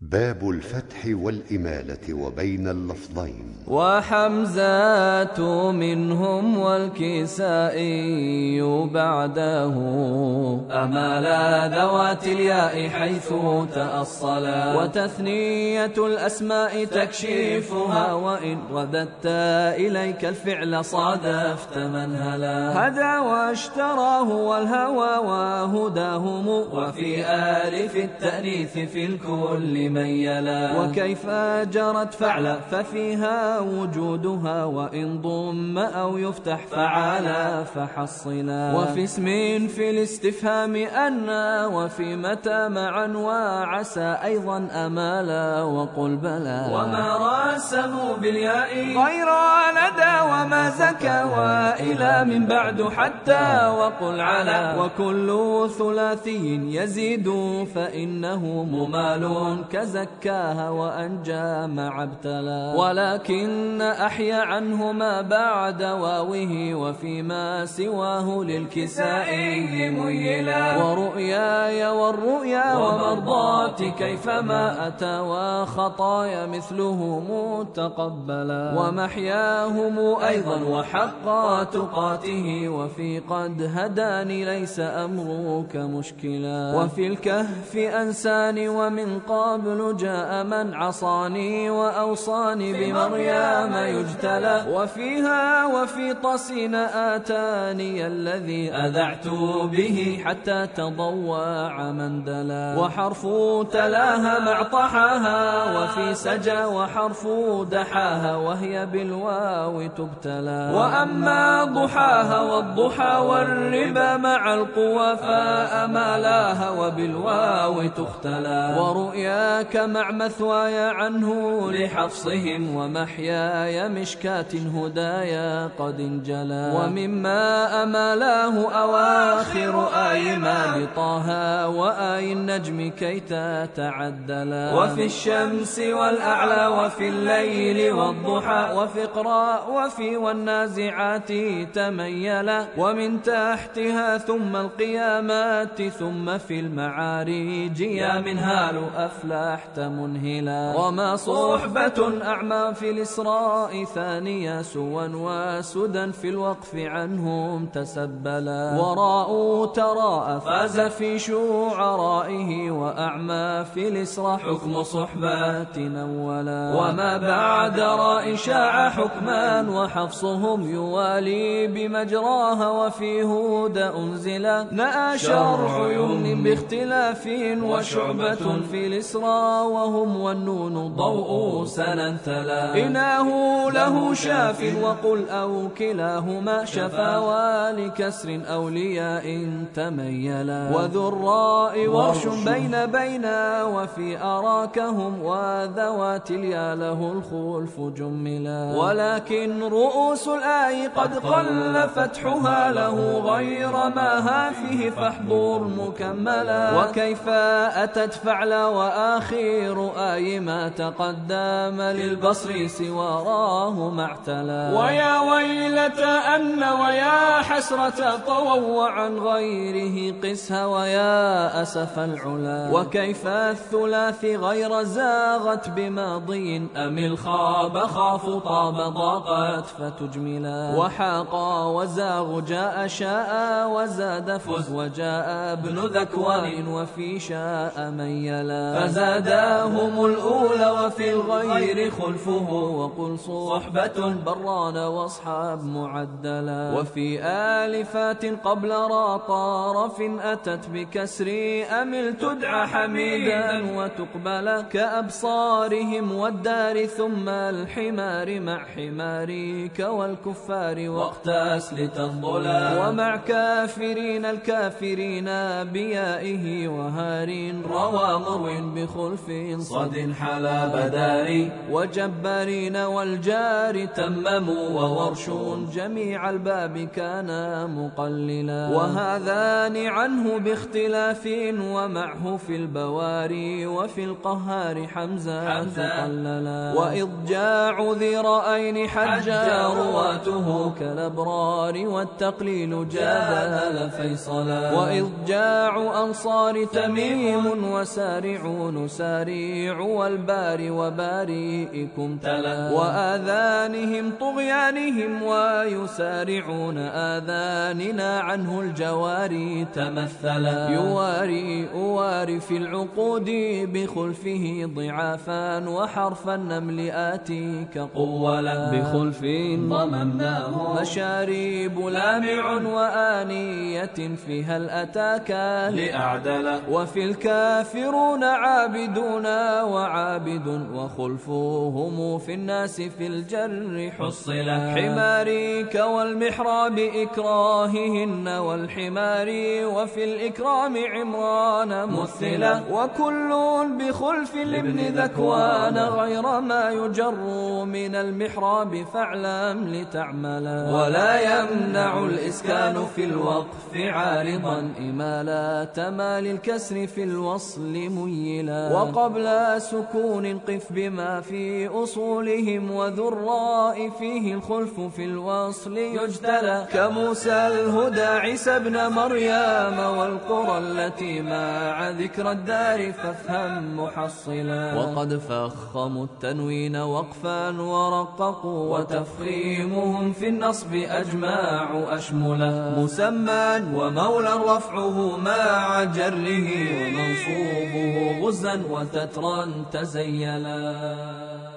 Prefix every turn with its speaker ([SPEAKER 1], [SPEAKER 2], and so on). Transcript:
[SPEAKER 1] باب الفتح والإمالة وبين اللفظين
[SPEAKER 2] وحمزة منهم والكسائي بعده أمالا ذوات الياء حيث تأصلا وتثنية الأسماء تكشيفها وإن رددت إليك الفعل صادفت منهلا هدى واشتراه والهوى وهداهم وفي آلف التأنيث في الكل ميلا وكيف جرت فعلا ففيها وجودها وإن ضم أو يفتح فعلا فحصلا وفي اسم في الاستفهام أن وفي متى معا وعسى أيضا أمالا وقل بلى وما راسموا بالياء غير لدى وما زكى وإلى من بعد حتى وقل على وكل ثلاثي يزيد فإنه ممال كزكاها وأنجى مع ابتلى ولكن لكن أحيا عنهما بعد واوه وفيما سواه للكسائي ميلا ورؤياي والرؤيا ومرضاتي كيفما أتى وخطايا مثله تقبلا ومحياهم أيضا وحقا تقاته وفي قد هداني ليس أمرك مشكلا وفي الكهف أنساني ومن قبل جاء من عصاني وأوصاني بمرض مريم يجتلى وفيها وفي طسين آتاني الذي أذعت به حتى تضوع من دلا وحرف تلاها مع طحاها وفي سجى وحرف دحاها وهي بالواو تبتلى وأما ضحاها والضحى والربا مع القوى فأمالاها وبالواو تختلى ورؤياك مع مثواي عنه لحفصهم ومحيا محياي مشكات هدايا قد انجلى ومما أملاه أواخر آيما بطه وآي النجم كي تتعدلا وفي الشمس والأعلى وفي الليل والضحى وفي قراء وفي والنازعات تميلا ومن تحتها ثم القيامات ثم في المعارج يا منهال أفلحت منهلا وما صحبة أعمى في الإسراء ثانية سوا وسدا في الوقف عنهم تسبلا وراء تراء فاز في شعرائه وأعمى في الإسراء حكم صحبة أولا وما بعد راء شاع حكما وحفصهم يوالي بمجراها وفي هدى أنزلا نأى شرح يمن باختلاف وشعبة في الإسراء وهم والنون ضوء سنا ثلاث إناه له شاف وقل أو كلاهما شفا ولكسر أولياء تميلا وذو الراء ورش بين بينا وفي أراكهم وذوات اليا له الخلف جملا ولكن رؤوس الآي قد قل فتحها له غير ما ها فيه فاحضر مكملا وكيف أتت فعلا وآخر آي ما تقدم للبصر سواراه ما اعتلى ويا ويلة أن ويا حسرة طووا عن غيره قسها ويا أسف العلا وكيف الثلاث غير زاغت بماضي أم الخاب خاف طاب ضاقت فتجملا وحاقا وزاغ جاء شاء وزاد فز وجاء ابن ذكوان وفي شاء ميلا فزاداهم الأولى وفي الغير خلفه وقل صحبة بران واصحاب معدلا وفي آلفات قبل را طرف أتت بكسر أمل تدعى حميدا وتقبلا كأبصارهم والدار ثم الحمار مع حمارك والكفار واقتاس لتنضلا ومع كافرين الكافرين بيائه وهار روى مرو بخلف صد حلا بداري وجبار الجارين والجار تمموا وورش جميع الباب كان مقللا وهذان عنه باختلاف ومعه في البواري وفي القهار حمزة تقللا وإضجاع ذي رأين حجا رواته كالأبرار والتقليل جادل فيصلا وإضجاع أنصار تميم وسارعون سريع والبار وبارئكم تلا وآذانهم طغيانهم ويسارعون آذاننا عنه الجواري تمثلا يواري أواري في العقود بخلفه ضعافان وحرف النمل آتيك قولا بخلف ضممناه مشاريب لامع وآنية فيها الأتاك لأعدل وفي الكافرون عابدون وعابد وخلفوهم في الناس في الجر حصلا حماريك والمحراب إكراههن والحمار وفي الإكرام عمران مثلا وكل بخلف لابن ذكوان غير ما يجر من المحراب فاعلم لتعملا ولا يمنع الإسكان في الوقف عارضا إمالا تما للكسر في الوصل ميلا وقبل سكون قف بما في أصولهم وذراء فيه الخلف في الوصل يجتلى كموسى الهدى عيسى ابن مريم والقرى التي مع ذكر الدار فافهم محصلا وقد فخموا التنوين وقفا ورققوا وتفخيمهم في النصب أجماع أشملا مسمى ومولى رفعه مع جره ومنصوبه غزا وتترا تزيلا